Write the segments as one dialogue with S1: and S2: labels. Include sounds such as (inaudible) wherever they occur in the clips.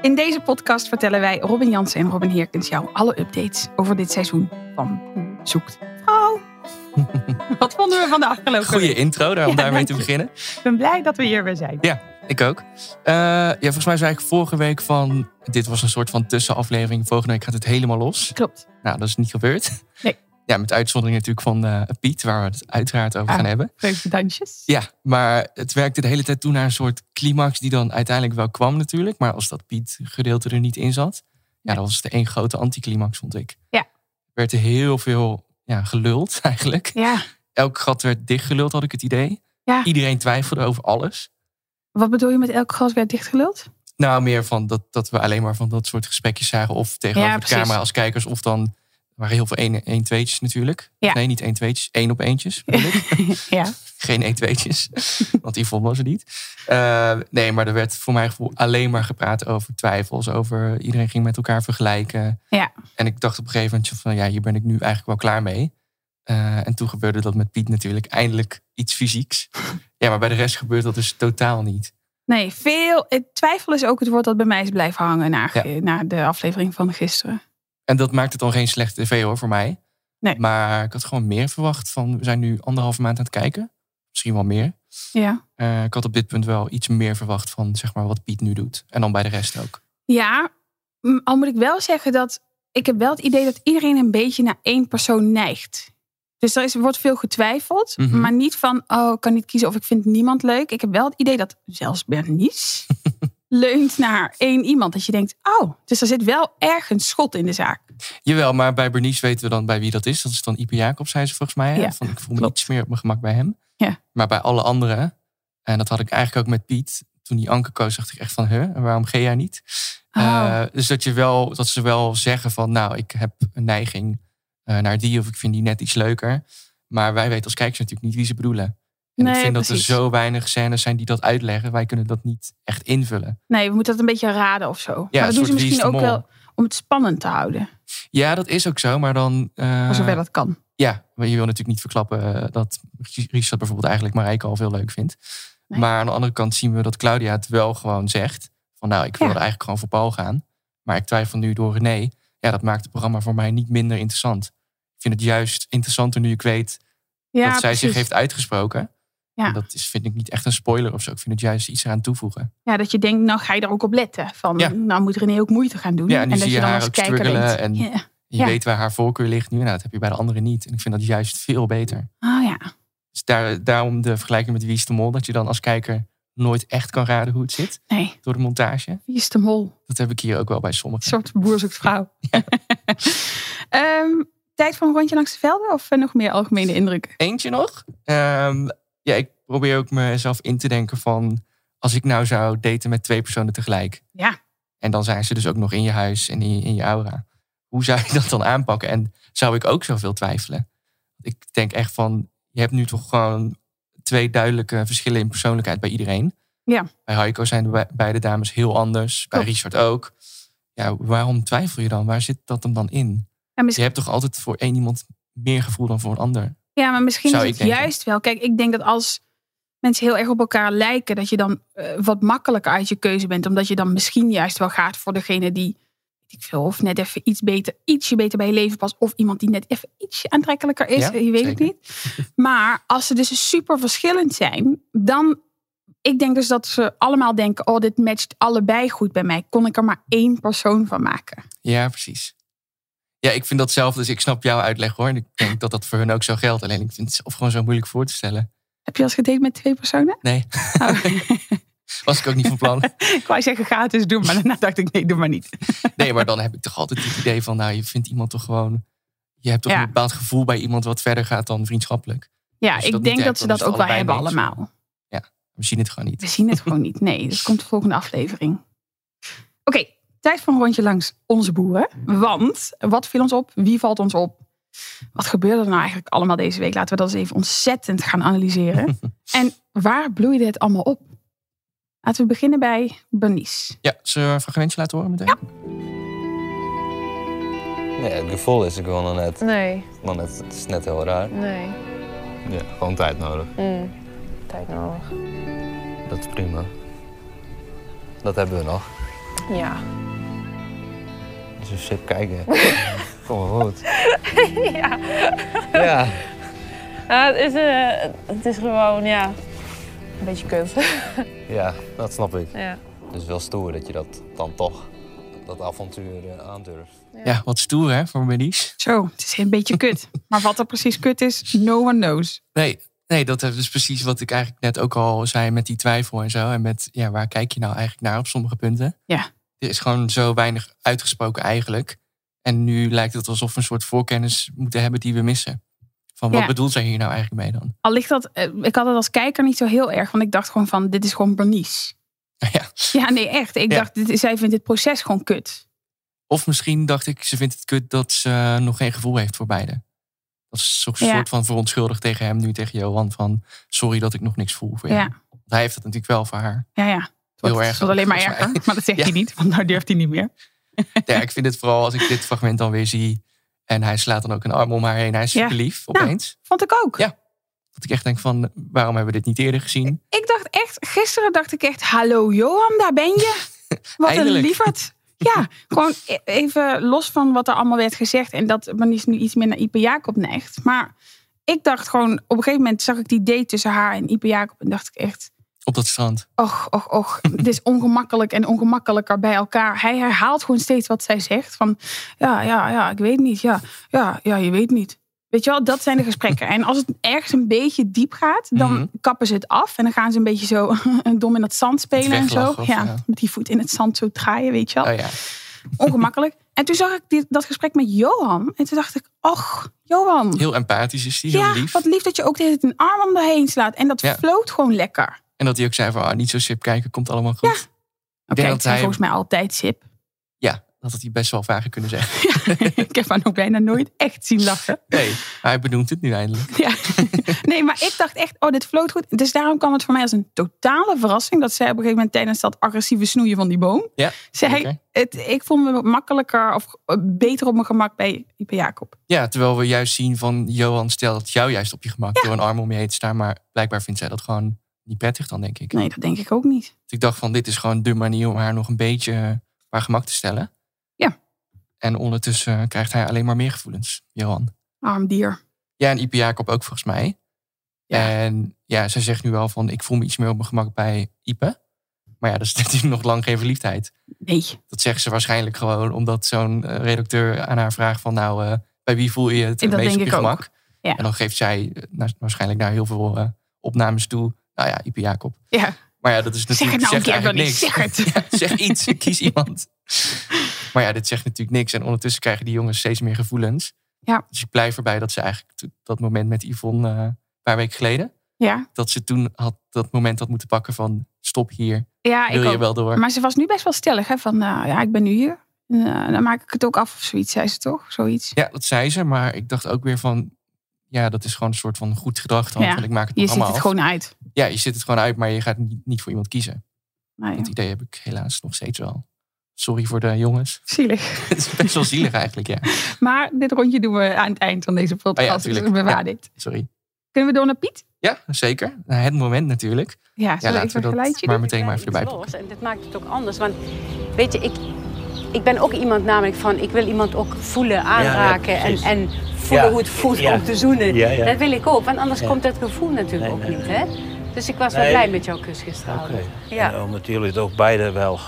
S1: In deze podcast vertellen wij Robin Jansen en Robin Heerkens jou alle updates over dit seizoen van Boer Zoekt Vrouw. Wat vonden we van de afgelopen
S2: Goede
S1: week?
S2: intro, daar om
S1: Ja,
S2: daarmee te
S1: dank je.
S2: beginnen.
S1: Ik ben blij dat we hier weer zijn.
S2: Ik ook. Eh, ja, volgens mij zei ik vorige week van... Dit was een soort van tussenaflevering. Volgende week gaat het helemaal los.
S1: Klopt.
S2: Nou, dat is niet gebeurd.
S1: Nee.
S2: (laughs) Ja, met uitzondering natuurlijk van eh, Piet, waar we het uiteraard over
S1: Ah.
S2: gaan hebben.
S1: Leuke dansjes.
S2: Ja, maar het werkte de hele tijd toe naar een soort climax... die dan uiteindelijk wel kwam natuurlijk. Maar als dat Piet-gedeelte er niet in zat... Ja,
S1: Nee.
S2: dan was het één grote anticlimax, vond ik.
S1: Ja.
S2: Er werd heel veel ja, geluld (laughs) eigenlijk.
S1: Ja.
S2: Elk gat werd dichtgeluld, had ik het idee.
S1: Ja.
S2: Iedereen twijfelde over alles.
S1: Wat bedoel je met elk gat werd dichtgeluld?
S2: Nou, meer van dat, dat we alleen maar van dat soort gesprekjes zagen. Of tegenover
S1: Ja,
S2: de
S1: precies.
S2: camera als kijkers. Of dan er waren heel veel 1 een, tweetjes natuurlijk.
S1: Ja.
S2: Nee, niet 1 tweetjes. 1 op eentjes. bedoel ik.
S1: (laughs) ja.
S2: Geen 1 tweetjes. (laughs) want die was er niet. Eh, nee, maar er werd voor mijn gevoel alleen maar gepraat over twijfels. Over iedereen ging met elkaar vergelijken.
S1: Ja.
S2: En ik dacht op een gegeven moment van ja, hier ben ik nu eigenlijk wel klaar mee. Eh, en toen gebeurde dat met Piet natuurlijk eindelijk iets
S1: (laughs)
S2: fysieks. Ja, maar bij de rest gebeurt dat dus totaal niet.
S1: Nee, veel. het Twijfel is ook het woord dat bij mij is blijven hangen na, ge- na de aflevering van gisteren.
S2: En dat maakt het dan geen slechte tv hoor, voor mij.
S1: Nee.
S2: Maar ik had gewoon meer verwacht van, we zijn nu anderhalve maand aan het kijken. Misschien wel meer.
S1: Ja.
S2: Eh, ik had op dit punt wel iets meer verwacht van, zeg maar, wat Piet nu doet. En dan bij de rest ook.
S1: Ja, m- al moet ik wel zeggen dat ik heb wel het idee dat iedereen een beetje naar één persoon neigt. Dus er is, wordt veel getwijfeld,
S2: Mhm.
S1: maar niet van, oh, ik kan niet kiezen of ik vind niemand leuk. Ik heb wel het idee dat zelfs
S2: (laughs)
S1: Bernice leunt naar één iemand. Dat je denkt, oh, dus er zit wel ergens schot in de zaak.
S2: Jawel, maar bij Bernice weten we dan bij wie dat is. Dat is dan Ipe Jacobs, zei ze volgens mij. hè?
S1: Ja,
S2: van, ik voel me
S1: klopt.
S2: iets meer op mijn gemak bij hem.
S1: Ja.
S2: Maar bij alle anderen, en dat had ik eigenlijk ook met Piet. Toen die Anke koos, dacht ik echt van, huh, en waarom ga jij niet?
S1: Oh.
S2: Eh, dus dat, je wel, dat ze wel zeggen van, nou, ik heb een neiging eh, naar die of ik vind die net iets leuker. Maar wij weten als kijkers natuurlijk niet wie ze bedoelen. En ik
S1: Nee,
S2: vind dat er
S1: precies.
S2: zo weinig scènes zijn die dat uitleggen. Wij kunnen dat niet echt invullen.
S1: Nee, we moeten dat een beetje raden of zo. maar dat
S2: een
S1: doen ze
S2: soort Wie is
S1: misschien
S2: de
S1: ook
S2: Mol.
S1: wel om het spannend te houden,
S2: Ja, dat is ook zo, maar dan... eh,
S1: voor zover dat kan.
S2: Ja, maar je wil natuurlijk niet verklappen eh, dat Richard bijvoorbeeld eigenlijk Marijke al veel leuk vindt.
S1: Nee.
S2: Maar aan de andere kant zien we dat Claudia het wel gewoon zegt. Van nou, ik wilde
S1: Ja.
S2: eigenlijk gewoon voor Paul gaan. Maar ik twijfel nu door René. Ja, dat maakt het programma voor mij niet minder interessant. Ik vind het juist interessanter nu ik weet
S1: Ja,
S2: dat zij zich
S1: precies.
S2: heeft uitgesproken.
S1: Ja.
S2: En dat is, vind ik niet echt een spoiler of zo. Ik vind het juist iets eraan toevoegen.
S1: Ja, dat je denkt, nou ga je er ook op letten. Van,
S2: Ja.
S1: nou moet René ook moeite gaan doen.
S2: Ja, en nu
S1: dat
S2: zie je haar ook struggelen en-
S1: Ja.
S2: Je
S1: Ja.
S2: weet waar haar voorkeur ligt nu. Nou, dat heb je bij de anderen niet. En ik vind dat juist veel beter.
S1: Oh ja,
S2: Dus daar, daarom de vergelijking met Wie is de Mol. Dat je dan als kijker nooit echt kan raden hoe het zit
S1: nee.
S2: door de montage.
S1: Wie is de mol? Een
S2: Dat heb ik hier ook wel bij sommigen.
S1: soort boer zoekt vrouw. (laughs) Ehm, tijd voor een rondje langs de velden? Of eh, nog meer algemene indrukken?
S2: Eentje nog. Ehm, ja, ik probeer ook mezelf in te denken van... als ik nou zou daten met twee personen tegelijk.
S1: Ja.
S2: En dan zijn ze dus ook nog in je huis en in, in je aura. Hoe zou je (laughs) dat dan aanpakken? En zou ik ook zoveel twijfelen? Ik denk echt van... je hebt nu toch gewoon twee duidelijke verschillen in persoonlijkheid bij iedereen.
S1: Ja.
S2: Bij Heiko zijn de be- beide dames heel anders. Bij
S1: Klopt.
S2: Richard ook. Ja, waarom twijfel je dan? Waar zit dat hem dan in?
S1: En
S2: Je
S1: misschien,
S2: hebt toch altijd voor één iemand meer gevoel dan voor een ander?
S1: ja, maar misschien is
S2: Zou
S1: het
S2: ik denken.
S1: juist wel. Kijk, ik denk dat als mensen heel erg op elkaar lijken... dat je dan eh, wat makkelijker uit je keuze bent. Omdat je dan misschien juist wel gaat voor degene die... weet Ik veel, of net even iets beter, ietsje beter bij je leven past. Of iemand die net even ietsje aantrekkelijker is.
S2: Ja,
S1: je weet het
S2: zeker.
S1: niet. (laughs) Maar als ze dus super verschillend zijn, dan. Ik denk dus dat ze allemaal denken: oh, dit matcht allebei goed bij mij. Kon ik er maar één persoon van maken?
S2: Ja, precies. Ja, ik vind dat zelf, dus ik snap jouw uitleg hoor. En ik denk dat dat voor hun ook zo geldt. Alleen ik vind het zelf gewoon zo moeilijk voor te stellen.
S1: Heb je als gedate met twee personen?
S2: Nee. (laughs)
S1: Oh. (laughs)
S2: Was ik ook niet van plan.
S1: ik wou zeggen: ga het eens doen, maar daarna dacht ik: nee, doe maar niet.
S2: Nee, maar dan heb ik toch altijd het idee van, nou, je vindt iemand toch gewoon. Je hebt toch
S1: Ja.
S2: een bepaald gevoel bij iemand wat verder gaat dan vriendschappelijk.
S1: Ja,
S2: Als je
S1: ik
S2: dat
S1: denk
S2: niet
S1: dat
S2: hebt,
S1: ze
S2: dan
S1: dat
S2: is het
S1: ook wel
S2: allebei
S1: hebben,
S2: niks.
S1: allemaal.
S2: We zien het gewoon niet. (laughs)
S1: We zien het gewoon niet. Nee, dat komt de volgende aflevering. Oké, Tijd voor een rondje langs onze boeren. Want wat viel ons op? Wie valt ons op? Wat gebeurde er nou eigenlijk allemaal deze week? Laten we dat eens even ontzettend gaan
S2: (laughs)
S1: analyseren. en waar bloeide het allemaal op? Laten we beginnen bij Bernice.
S2: Ja, zullen we een fragmentje laten horen meteen?
S3: Nee, het gevoel is gewoon nog net.
S4: Nee,
S3: Want het het is net heel raar.
S4: nee.
S3: Ja, gewoon tijd nodig.
S4: Mm. Tijd nodig.
S3: Dat is prima. Dat hebben we nog.
S4: Ja.
S3: Dus we zitten (laughs) kijken. Kom maar goed.
S4: ja.
S3: Ja.
S4: Ja, het, is, eh, het is gewoon, ja. Een beetje kut.
S3: Ja, dat snap ik.
S4: (laughs) ja.
S3: Dus wel stoer dat je dat dan toch, dat avontuur eh, aandurft.
S2: Ja, wat stoer hè, voor Bernice.
S1: Zo, het is een beetje
S2: (laughs)
S1: kut. maar wat er precies kut is, no one knows.
S2: Nee, nee, dat is precies wat ik eigenlijk net ook al zei met die twijfel en zo. En met ja, waar kijk je nou eigenlijk naar op sommige punten?
S1: Ja.
S2: Er is gewoon zo weinig uitgesproken eigenlijk. En nu lijkt het alsof we een soort voorkennis moeten hebben die we missen. Van wat
S1: Ja.
S2: bedoelt zij hier nou eigenlijk mee dan? (laughs)
S1: Al ligt dat, eh, ik had het als kijker niet zo heel erg, want ik dacht gewoon van, dit is gewoon Bernice.
S2: Ja.
S1: (laughs) Ja, nee, echt. Ik
S2: Ja.
S1: dacht, dit, is- zij vindt dit proces gewoon kut.
S2: Of misschien dacht ik, ze vindt het kut dat ze eh, nog geen gevoel heeft voor beide. Dat is zo'n
S1: Ja.
S2: soort van verontschuldigd tegen hem nu, tegen Johan. Van sorry dat ik nog niks voel voor
S1: Ja.
S2: jou. Want Hij heeft dat natuurlijk wel voor haar.
S1: Ja, ja. Het
S2: Heel
S1: wordt, het
S2: erg
S1: wordt alleen maar
S2: volgens mij.
S1: erger, maar dat zegt
S2: Ja.
S1: hij niet, want nou durft hij niet meer.
S2: Ja, ik vind het vooral als ik dit fragment dan weer zie. En hij slaat dan ook een arm om haar heen. Hij is
S1: Ja. Nou.
S2: super lief
S1: Ja.
S2: opeens.
S1: Vond ik ook.
S2: Ja. Dat ik echt denk van, waarom hebben we dit niet eerder gezien?
S1: Ik dacht echt, gisteren dacht ik echt, hallo Johan, daar ben
S2: (laughs)
S1: je. Wat een
S2: Eindelijk.
S1: lieverd.
S2: (laughs)
S1: Ja, gewoon e- even los van wat er allemaal werd gezegd. En dat Bernice nu iets meer naar Ipe Jacob neigt. Maar ik dacht gewoon, op een gegeven moment zag ik die date tussen haar en Ipe Jacob. En dacht ik echt,
S2: Op dat strand.
S1: och, och, och. Dit is ongemakkelijk en ongemakkelijker bij elkaar. Hij herhaalt gewoon steeds wat zij zegt. Van, ja, ja, ja, ik weet niet. Ja, ja, ja, je weet niet. Weet je wel, dat zijn de gesprekken. En als het ergens een beetje diep gaat, dan
S2: Mhm.
S1: kappen ze het af. En dan gaan ze een beetje zo (laughs) dom in het zand spelen en zo.
S2: weglachen of,
S1: ja,
S2: ja.
S1: met die voet in het zand zo draaien, weet je wel.
S2: Oh ja,
S1: Ongemakkelijk. En toen zag ik dit, dat gesprek met Johan. En toen dacht ik, och, Johan.
S2: heel empathisch is hij, heel
S1: ja,
S2: lief.
S1: wat lief dat je ook de hele tijd een arm om daarheen slaat. En dat
S2: Ja.
S1: floot gewoon lekker.
S2: En dat hij ook zei van, ah, niet zo sip kijken, komt allemaal goed.
S1: Oké,
S2: dat
S1: dat zijn
S2: hij-
S1: volgens mij altijd sip.
S2: Ja, dat had hij best wel vaker kunnen zeggen. (laughs)
S1: (laughs) ik heb haar nog bijna nooit echt zien lachen.
S2: Nee, maar hij benoemt het nu eindelijk.
S1: Ja. (laughs) Nee, maar ik dacht echt, oh, dit floot goed. Dus daarom kwam het voor mij als een totale verrassing dat zij op een gegeven moment tijdens dat agressieve snoeien van die boom.
S2: Ja,
S1: Zij,
S2: zeker.
S1: het, ik vond me makkelijker of beter op mijn gemak bij Ipe Jacob.
S2: Ja, terwijl we juist zien van, Johan stelt jou juist op je gemak door een arm om je heen te staan. Maar blijkbaar vindt zij dat gewoon niet prettig dan, denk ik.
S1: Nee, dat denk ik ook niet.
S2: Dus ik dacht van, dit is gewoon de manier om haar nog een beetje eh, op haar gemak te stellen.
S1: Ja.
S2: En ondertussen eh, krijgt hij alleen maar meer gevoelens, Johan.
S1: Arm dier.
S2: Ja, en Ipe Jacob ook volgens mij.
S1: Ja.
S2: En ja, zij zegt nu wel van ik voel me iets meer op mijn gemak bij Ipe. Maar ja, dat is (laughs) natuurlijk nog lang geen verliefdheid.
S1: Nee.
S2: Dat zegt ze waarschijnlijk gewoon omdat zo'n eh, redacteur aan haar vraagt van nou, eh, bij wie voel je het
S1: Dat
S2: het meest
S1: denk
S2: op je
S1: ik ook.
S2: gemak?
S1: Ja.
S2: En dan geeft zij eh, na- waarschijnlijk daar heel veel eh, opnames toe. Nou ja, Ipe Jacob.
S1: Ja.
S2: Maar ja, dat is
S1: Zeg het
S2: natuurlijk
S1: nou een
S2: zegt
S1: keer, Bernie.
S2: eigenlijk niks.
S1: Zeg het.
S2: (laughs) Ja, zeg iets, kies iemand. Maar ja, dit zegt natuurlijk niks. En ondertussen krijgen die jongens steeds meer gevoelens.
S1: Ja.
S2: Dus ik blijf erbij dat ze eigenlijk to- dat moment met Yvonne eh, een paar weken geleden...
S1: Ja,
S2: dat ze toen had, dat moment had moeten pakken van stop hier,
S1: ja ik
S2: wil je
S1: ook.
S2: wel door.
S1: Maar ze was nu best wel stellig, hè? Van, nou, ja, ik ben nu hier. En, eh, dan maak ik het ook af of zoiets, zei ze toch? Zoiets.
S2: Ja, dat zei ze, maar ik dacht ook weer van... ja, dat is gewoon een soort van goed gedrag dan,
S1: Ja,
S2: want ik maak het
S1: Je
S2: nog
S1: ziet
S2: allemaal
S1: het
S2: af.
S1: gewoon uit.
S2: Ja, je zit het gewoon uit, maar je gaat niet, niet voor iemand kiezen.
S1: Nou ja,
S2: Dat idee heb ik helaas nog steeds wel. Sorry voor de jongens. (laughs)
S1: zielig.
S2: het is best wel zielig eigenlijk, ja.
S1: Maar dit rondje doen we aan het eind van deze
S2: Oh ja,
S1: podcast.
S2: tuurlijk.
S1: dus bewaar
S2: Ja.
S1: dit.
S2: Sorry.
S1: Kunnen we door naar Piet?
S2: Ja, zeker. Nou, het moment natuurlijk.
S1: Ja,
S2: Ja,
S1: zullen we
S2: laten
S1: even
S2: we
S1: een
S2: dat
S1: geluidje
S2: maar
S1: doen?
S2: meteen maar even erbij pakken.
S5: los. En dit maakt het ook anders. Want weet je, ik, ik ben ook iemand namelijk van... ik wil iemand ook voelen, aanraken en,
S6: precies.
S5: en voelen
S6: Ja,
S5: hoe het voelt
S6: ja.
S5: om te zoenen.
S6: Ja, ja.
S5: Dat wil ik ook, want anders
S6: Ja.
S5: komt dat gevoel natuurlijk
S6: Nee,
S5: ook
S6: nee,
S5: niet.
S6: nee.
S5: Hè? Dus ik was wel
S6: Nee.
S5: blij met jouw kus gisteravond.
S6: Oké. Nou,
S5: Ja.
S6: En om natuurlijk ook beide wel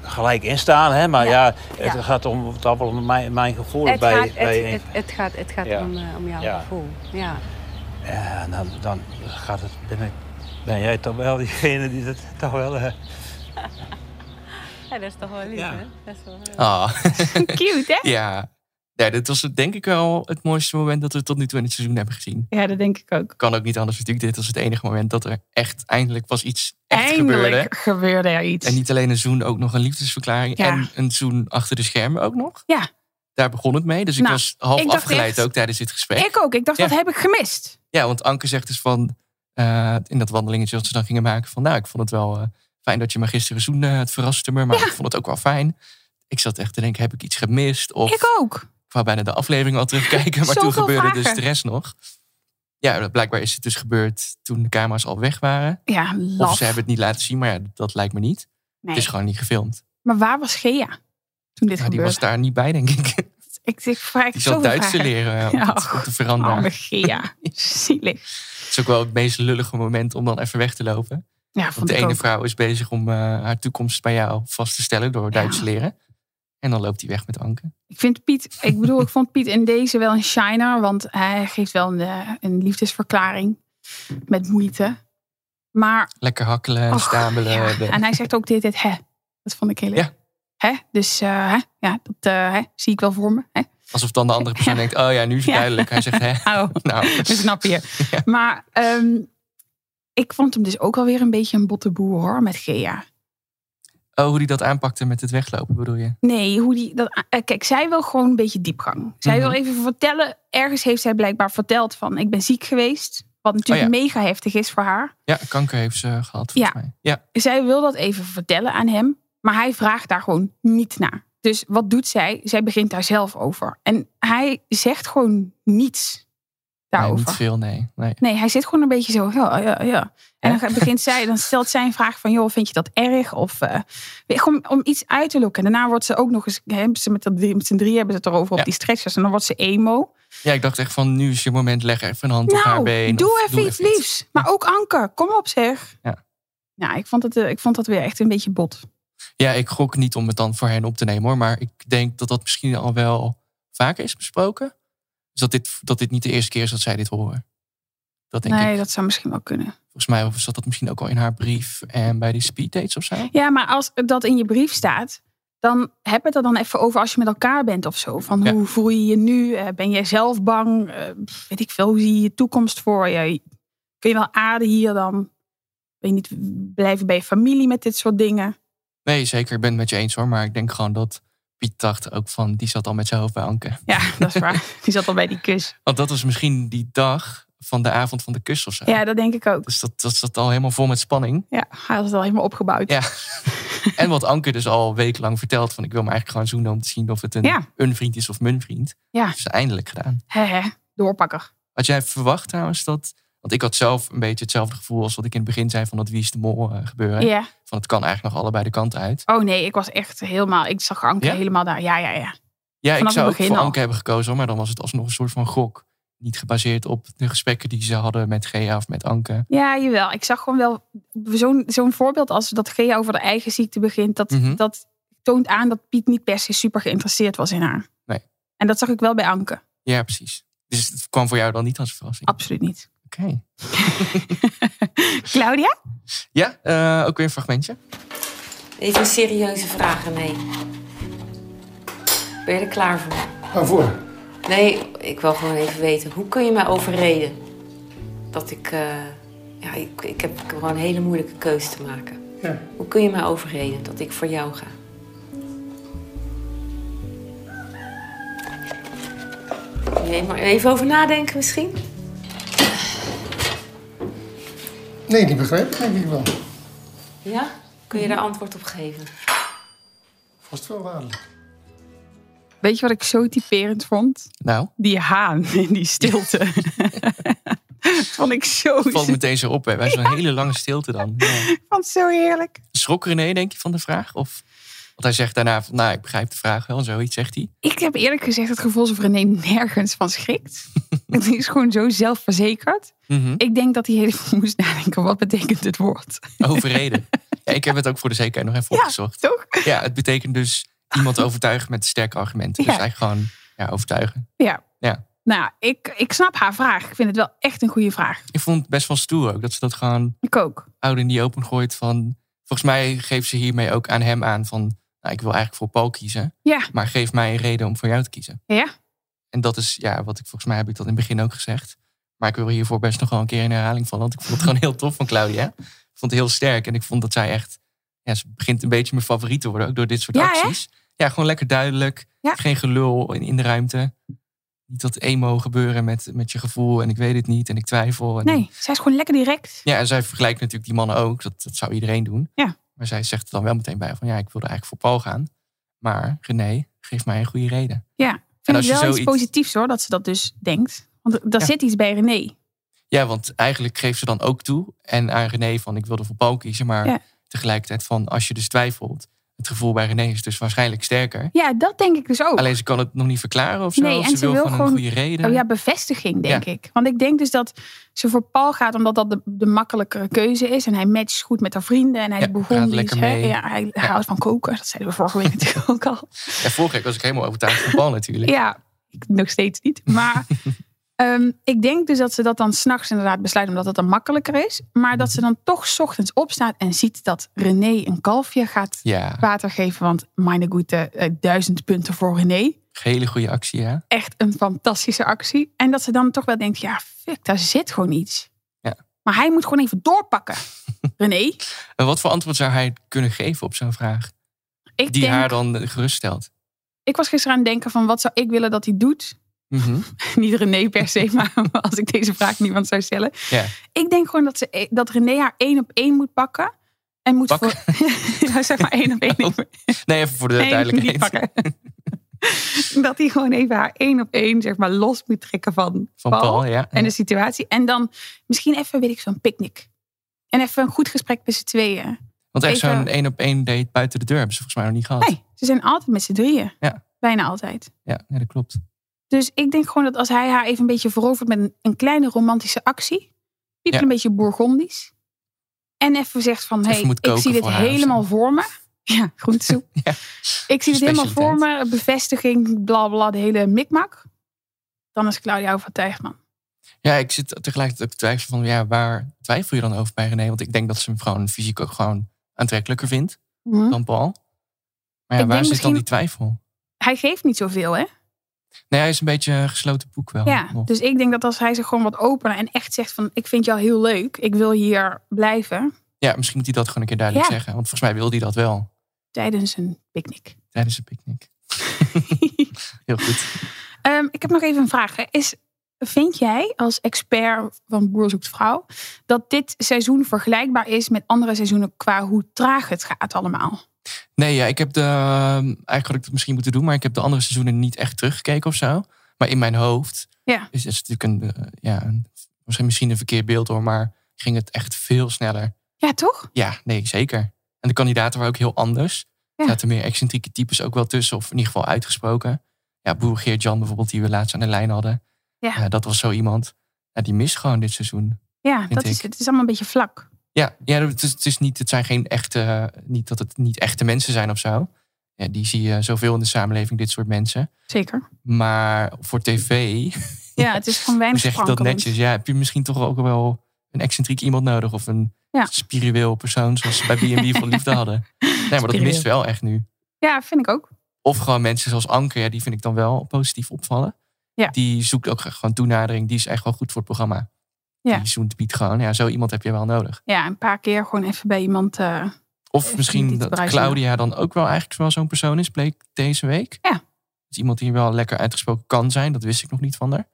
S6: gelijk in staan, hè? maar ja, het
S5: Ja.
S6: gaat om het allemaal om mijn, mijn gevoel
S5: Het,
S6: bij,
S5: gaat,
S6: bij
S5: het, het, het gaat, het gaat
S6: Ja.
S5: om, eh, om jouw
S6: Ja.
S5: gevoel. Ja.
S6: Ja, dan, dan gaat het, ben, ik, ben jij toch wel diegene die dat toch wel... eh,
S5: ja, dat is toch wel lief,
S6: Ja.
S5: hè? Dat is wel heel-
S2: Ah,
S1: Cute, hè?
S2: (laughs) ja. Nee, dit was denk ik wel het mooiste moment dat we tot nu toe in het seizoen hebben gezien.
S1: Ja, dat denk ik ook.
S2: Kan ook niet anders natuurlijk. Dit was het enige moment dat er echt eindelijk was iets echt
S1: Eindelijk
S2: gebeurde.
S1: gebeurde er iets.
S2: En niet alleen een zoen, ook nog een liefdesverklaring.
S1: Ja.
S2: En een zoen achter de schermen ook nog.
S1: Ja.
S2: Daar begon het mee. Dus ik
S1: Nou,
S2: was half
S1: ik dacht
S2: afgeleid
S1: echt-
S2: ook tijdens dit gesprek.
S1: Ik ook. Ik dacht,
S2: Ja.
S1: wat heb ik gemist?
S2: Ja, want Anke zegt dus van... eh, in dat wandelingetje dat ze dan gingen maken van... Nou, ik vond het wel eh, fijn dat je me gisteren zoende. Het verraste me, maar ik vond het ook wel fijn. Ik zat echt te denken, heb ik iets gemist? Of
S1: Ik ook.
S2: ik wou bijna de aflevering al terugkijken. Maar toen
S1: Zoveel
S2: gebeurde dus
S1: vragen.
S2: de rest nog. Ja, blijkbaar is het dus gebeurd toen de camera's al weg waren.
S1: Ja, laf.
S2: Of ze hebben het niet laten zien, maar ja, dat lijkt me niet.
S1: Nee.
S2: Het is gewoon niet gefilmd.
S1: Maar waar was Gea toen dit
S2: Ja, die
S1: gebeurde?
S2: was daar niet bij, denk ik.
S1: Ik, ik vraag
S2: Die zat Duits te leren eh, op,
S1: Ja,
S2: het- op de
S1: Oh,
S2: veranda. (laughs)
S1: Gea. Zielig.
S2: Het is ook wel het meest lullige moment om dan even weg te lopen.
S1: Ja,
S2: Want
S1: vond
S2: de
S1: ik
S2: ene
S1: ook.
S2: vrouw is bezig om eh, haar toekomst bij jou vast te stellen door Duits te leren. En dan loopt hij weg met Anke.
S1: Ik vind Piet, ik bedoel, ik vond Piet in deze wel een shiner, want hij geeft wel een, eh, een liefdesverklaring met moeite. Maar,
S2: Lekker hakkelen en
S1: och,
S2: stamelen.
S1: ja.
S2: De-
S1: en hij zegt ook dit, dit, hè. Dat vond ik heel leuk.
S2: Ja.
S1: Hè? Dus, eh, hè? ja, dat eh, hè? zie ik wel voor me. Hè?
S2: Alsof dan de andere persoon
S1: (laughs) Ja.
S2: denkt, oh ja, nu is het
S1: Ja.
S2: duidelijk. Hij zegt,
S1: (laughs)
S2: hè,
S1: Oh,
S2: nou.
S1: we snappen je. Maar ehm, ik vond hem dus ook alweer een beetje een botte boer, hoor, met Gea.
S2: Oh, hoe die dat aanpakte met het weglopen, bedoel je?
S1: Nee, hoe die. Dat, eh, kijk, zij wil gewoon een beetje diepgang. Zij
S2: Mhm.
S1: wil even vertellen. Ergens heeft zij blijkbaar verteld van ik ben ziek geweest. Wat natuurlijk
S2: Oh
S1: mega heftig is voor haar.
S2: Ja, kanker heeft ze gehad, volgens
S1: Ja.
S2: mij. Ja,
S1: Zij wil dat even vertellen aan hem. Maar hij vraagt daar gewoon niet naar. Dus wat doet zij? Zij begint daar zelf over. En hij zegt gewoon niets
S2: nee,
S1: daarover.
S2: niet veel, nee. nee.
S1: Nee, hij zit gewoon een beetje zo, ja, ja, ja. En dan gaat- begint zij, dan stelt zij een vraag van, joh, vind je dat erg? Of eh, weet je, om, om iets uit te lokken. En daarna wordt ze ook nog eens, hè, hebben ze met, dat drie, met z'n drie hebben ze het erover
S2: Ja.
S1: op die stretchers. En dan wordt ze emo.
S2: Ja, ik dacht echt van, nu is je moment, leg even een hand op haar
S1: nou,
S2: been.
S1: doe
S2: of
S1: even iets liefs. Maar ook Anker, kom op zeg.
S2: Ja.
S1: Nou, ik vond, het, eh, ik vond dat weer echt een beetje bot.
S2: Ja, ik gok niet om het dan voor hen op te nemen hoor. Maar ik denk dat dat misschien al wel vaker is besproken. Dus dat dit, dat dit niet de eerste keer is dat zij dit horen. Dat denk
S1: nee,
S2: ik.
S1: dat zou misschien wel kunnen.
S2: Volgens mij zat dat misschien ook al in haar brief en bij die speeddates of zo.
S1: Ja, maar als dat in je brief staat, dan heb het er dan even over als je met elkaar bent of zo. Van
S2: Ja.
S1: hoe voel je je nu? Eh, Ben jij zelf bang? Eh, pff, Weet ik veel, hoe zie je je toekomst voor je? Kun je wel aarden hier dan? Ben je niet blijven bij je familie met dit soort dingen?
S2: Nee, zeker. Ik ben het met je eens hoor. Maar ik denk gewoon dat Piet dacht ook van, die zat al met zijn hoofd bij Anke.
S1: Ja, (laughs) dat is waar. Die zat al bij die kus.
S2: Want dat was misschien die dag van de avond van de kus of zo.
S1: Ja, dat denk ik ook.
S2: Dus dat, dat zat al helemaal vol met spanning.
S1: Ja, hij had het al helemaal opgebouwd.
S2: Ja.
S1: (laughs)
S2: en wat Anke dus al wekenlang vertelt van, ik wil me eigenlijk gewoon zoenen om te zien of het een,
S1: Ja.
S2: een vriend is of mijn vriend.
S1: Ja.
S2: Dat is eindelijk gedaan.
S1: Hè, hè, doorpakker.
S2: Had jij verwacht trouwens dat... Want ik had zelf een beetje hetzelfde gevoel als wat ik in het begin zei van dat Wie is de Mol eh, gebeuren.
S1: Ja.
S2: Van het kan eigenlijk nog allebei de kant uit.
S1: Oh nee, ik was echt helemaal... Ik zag Anke
S2: Ja?
S1: helemaal daar. Ja, ja, ja.
S2: Ja, ik
S1: Vanaf
S2: zou
S1: het
S2: ook
S1: begin
S2: voor
S1: al.
S2: Anke hebben gekozen, hoor, maar dan was het alsnog een soort van gok. Niet gebaseerd op de gesprekken die ze hadden met Gea of met Anke.
S1: Ja, jawel. Ik zag gewoon wel zo'n zo'n voorbeeld als dat Gea over de eigen ziekte begint. Dat,
S2: Mhm.
S1: dat toont aan dat Piet niet per se super geïnteresseerd was in haar.
S2: Nee.
S1: En dat zag ik wel bij Anke.
S2: Ja, precies. Dus het kwam voor jou dan niet als een verrassing.
S1: Absoluut niet.
S2: Oké.
S1: Claudia?
S2: Ja, eh, ook weer een fragmentje.
S7: Even een serieuze vragen, nee. Ben je er klaar voor?
S8: Waarvoor?
S7: Nee, ik wil gewoon even weten. Hoe kun je mij overreden? Dat ik... eh, ja, ik, ik heb gewoon een hele moeilijke keuze te maken.
S8: Ja.
S7: Hoe kun je mij overreden dat ik voor jou ga? Nee, maar even over nadenken misschien?
S8: Nee, die begreep ik denk ik wel.
S7: Ja? Kun je daar antwoord op geven?
S8: Vast wel dadelijk.
S1: Weet je wat ik zo typerend vond?
S2: Nou,
S1: Die haan in die
S2: (laughs)
S1: stilte. vond ik zo,
S2: valt meteen zo op. Hè. Wij zijn een hele lange stilte dan. Ja.
S1: vond zo heerlijk.
S2: Schrok René, denk je, van de vraag? Of, want hij zegt daarna van, nou, ik begrijp de vraag wel. Zoiets zegt hij.
S1: Ik heb eerlijk gezegd het gevoel alsof René nergens van
S2: (laughs)
S1: schrikt. Het is gewoon zo zelfverzekerd.
S2: Mhm.
S1: Ik denk dat hij heel veel (laughs) moest nadenken. Wat betekent het woord?
S2: Overreden. Ja, ik heb het ook voor de zekerheid nog even
S1: Ja.
S2: opgezocht.
S1: Toch?
S2: Ja, het betekent dus iemand overtuigen met sterke argumenten. Dus
S1: Ja.
S2: eigenlijk gewoon ja, overtuigen.
S1: Ja.
S2: Ja.
S1: Nou, ik, ik snap haar vraag. Ik vind het wel echt een goede vraag.
S2: Ik vond het best wel stoer ook dat ze dat gewoon
S1: Ik ook.
S2: oud en niet opengooit. Van, volgens mij geeft ze hiermee ook aan hem aan van... Nou, ik wil eigenlijk voor Paul kiezen,
S1: Ja,
S2: maar geef mij een reden om voor jou te kiezen.
S1: ja.
S2: En dat is, ja, wat ik volgens mij heb ik dat in het begin ook gezegd. Maar ik wil hiervoor best nog wel een keer in herhaling vallen. Want ik vond het gewoon heel tof van Claudia. Ik vond het heel sterk. En ik vond dat zij echt, ja, ze begint een beetje mijn favoriet te worden. Ook door dit soort
S1: Ja, hè?
S2: acties. Ja, gewoon lekker duidelijk.
S1: Ja.
S2: Geen gelul in, in de ruimte. Niet dat emo gebeuren met, met je gevoel. En ik weet het niet. En ik twijfel. En
S1: Nee, zij is gewoon lekker direct.
S2: ja, en zij vergelijkt natuurlijk die mannen ook. Dat, dat zou iedereen doen.
S1: Ja.
S2: Maar zij zegt er dan wel meteen bij van ja, ik wilde eigenlijk voor Paul gaan. Maar René, geef mij een goede reden.
S1: Ja,
S2: En
S1: vind
S2: als
S1: ik
S2: je
S1: wel iets
S2: zoiets-
S1: positiefs hoor, dat ze dat dus denkt. Want er- daar zit iets bij René.
S2: Ja, want eigenlijk geeft ze dan ook toe. En aan René van ik wilde voor Paul kiezen. Maar
S1: Ja.
S2: tegelijkertijd van als je dus twijfelt. Het gevoel bij René is dus waarschijnlijk sterker.
S1: Ja, dat denk ik dus ook.
S2: Alleen ze kan het nog niet verklaren of zo.
S1: Nee,
S2: of
S1: en
S2: ze,
S1: ze
S2: wil
S1: wil
S2: gewoon een
S1: gewoon-
S2: goede reden.
S1: Oh ja, bevestiging denk ik. Want ik denk dus dat ze voor Paul gaat omdat dat de, de makkelijkere keuze is. En hij matcht goed met haar vrienden. En hij
S2: Ja,
S1: is begonnen.
S2: praat
S1: die is,
S2: lekker
S1: hè,
S2: mee.
S1: Ja, hij hij houdt van koken. Dat zeiden we vorige
S2: (laughs)
S1: week natuurlijk ook al.
S2: Ja, vorige week was ik helemaal overtuigd van Paul
S1: (laughs)
S2: natuurlijk.
S1: Ja, ik nog steeds niet.
S2: (laughs)
S1: Maar ehm, ik denk dus dat ze dat dan s'nachts inderdaad besluit, omdat dat dan makkelijker is. Maar dat ze dan toch 's ochtends opstaat en ziet dat René een kalfje gaat
S2: Ja,
S1: water geven. Want meine goede, duizend punten voor René.
S2: hele goede actie hè.
S1: Echt een fantastische actie. En dat ze dan toch wel denkt, ja fuck, daar zit gewoon iets.
S2: Ja.
S1: Maar hij moet gewoon even
S2: (laughs)
S1: doorpakken. René,
S2: En wat voor antwoord zou hij kunnen geven op zo'n vraag?
S1: ik,
S2: die
S1: denk,
S2: haar dan eh, geruststelt.
S1: ik was gisteren aan het denken van wat zou ik willen dat hij doet.
S2: Mhm.
S1: (laughs) niet René per se, maar (laughs) als ik deze vraag niemand zou stellen.
S2: Ja.
S1: Ik denk gewoon dat, ze, e- dat René haar één op één moet pakken. En moet
S2: Pakken?
S1: voor. (laughs) Ja, zeg maar één op
S2: (laughs)
S1: één.
S2: Oh, Nee, even voor de
S1: Nee, niet
S2: duidelijkheid.
S1: pakken. (laughs) dat hij gewoon even haar één op één zeg maar, los moet trekken van,
S2: Van Paul, ja.
S1: en dus de situatie. En dan misschien even, weet ik, zo'n picknick. En even een goed gesprek met z'n tweeën.
S2: Want echt
S1: even-
S2: zo'n één op één date buiten de deur hebben ze volgens mij nog niet gehad.
S1: Nee, ze zijn altijd met z'n drieën.
S2: Ja.
S1: Bijna altijd.
S2: Ja, nee, dat klopt.
S1: Dus ik denk gewoon dat als hij haar even een beetje verovert met een, een kleine romantische actie. Piepen
S2: Ja.
S1: een beetje Bourgondisch. En even zegt van,
S2: Even
S1: hey,
S2: moet
S1: ik
S2: koken
S1: zie dit
S2: voor haar of
S1: helemaal voor me. (laughs) Ja, groentesoep.
S2: (laughs) Ja,
S1: Ik zie dit helemaal voor
S2: specialiteit.
S1: me. Bevestiging, bla bla, de hele mikmak. Dan is Claudia overtuigd, man.
S2: Ja, ik zit tegelijkertijd ook te twijfelen van ja, waar twijfel je dan over bij René? Want ik denk dat ze hem gewoon fysiek ook gewoon aantrekkelijker vindt
S1: Hm.
S2: dan Paul. Maar ja,
S1: Ik
S2: waar
S1: denk
S2: zit
S1: misschien-
S2: dan die twijfel?
S1: Hij geeft niet zoveel,
S2: Oh,
S1: hè?
S2: Nee, hij is een beetje een gesloten boek wel.
S1: Ja,
S2: nog.
S1: dus ik denk dat als hij zich gewoon wat opener en echt zegt van... ik vind jou heel leuk, ik wil hier blijven
S2: ja, misschien moet hij dat gewoon een keer duidelijk
S1: Ja.
S2: zeggen. Want volgens mij wil hij dat wel
S1: tijdens een picknick.
S2: tijdens een picknick.
S1: (laughs)
S2: Heel goed.
S1: Ehm, ik heb nog even een vraag. hè. Is, vind jij als expert van Boer zoekt vrouw... dat dit seizoen vergelijkbaar is met andere seizoenen... qua hoe traag het gaat allemaal?
S2: Nee, ja, ik heb de. ehm, Eigenlijk had ik dat misschien moeten doen, maar ik heb de andere seizoenen niet echt teruggekeken of zo. Maar in mijn hoofd
S1: Ja.
S2: is het natuurlijk een. eh, ja, een- misschien- misschien een verkeerd beeld hoor, maar ging het echt veel sneller.
S1: Ja, toch?
S2: Ja, nee, zeker. En de kandidaten waren ook heel anders.
S1: Ja.
S2: Er zaten meer excentrieke types ook wel tussen, of in ieder geval uitgesproken. Ja, boer Geert-Jan bijvoorbeeld, die we laatst aan de lijn hadden.
S1: Ja.
S2: Eh, dat was zo iemand. Ja, die mist gewoon dit seizoen.
S1: Ja, dat
S2: ik.
S1: is, het is allemaal een beetje vlak.
S2: Ja, ja het, is, het, is niet, het zijn geen echte, niet dat het niet echte mensen zijn of zo. Ja, die zie je zoveel in de samenleving, dit soort mensen.
S1: Zeker.
S2: Maar voor tv,
S1: Ja, het is gewoon
S2: hoe
S1: weinig
S2: zeg je dat
S1: sprankelend.
S2: netjes? Ja, heb je misschien toch ook wel een excentriek iemand nodig? Of een
S1: Ja.
S2: spiritueel persoon zoals ze bij
S1: (laughs)
S2: B&B van Liefde hadden. Nee, maar dat
S1: Spiritueel.
S2: mist wel echt nu.
S1: Ja, vind ik ook.
S2: Of gewoon mensen zoals Anker, ja, die vind ik dan wel positief opvallen.
S1: Ja.
S2: Die zoekt ook gewoon toenadering. Die is echt wel goed voor het programma.
S1: Ja.
S2: Die zoent biedt gewoon. Ja, zo iemand heb je wel nodig.
S1: Ja, een paar keer gewoon even bij iemand... eh,
S2: Of
S1: Echt
S2: misschien
S1: niet te
S2: dat
S1: prijzen.
S2: Claudia dan ook wel eigenlijk wel zo'n persoon is, bleek deze week.
S1: Ja.
S2: Dus iemand die wel lekker uitgesproken kan zijn, dat wist ik nog niet van haar.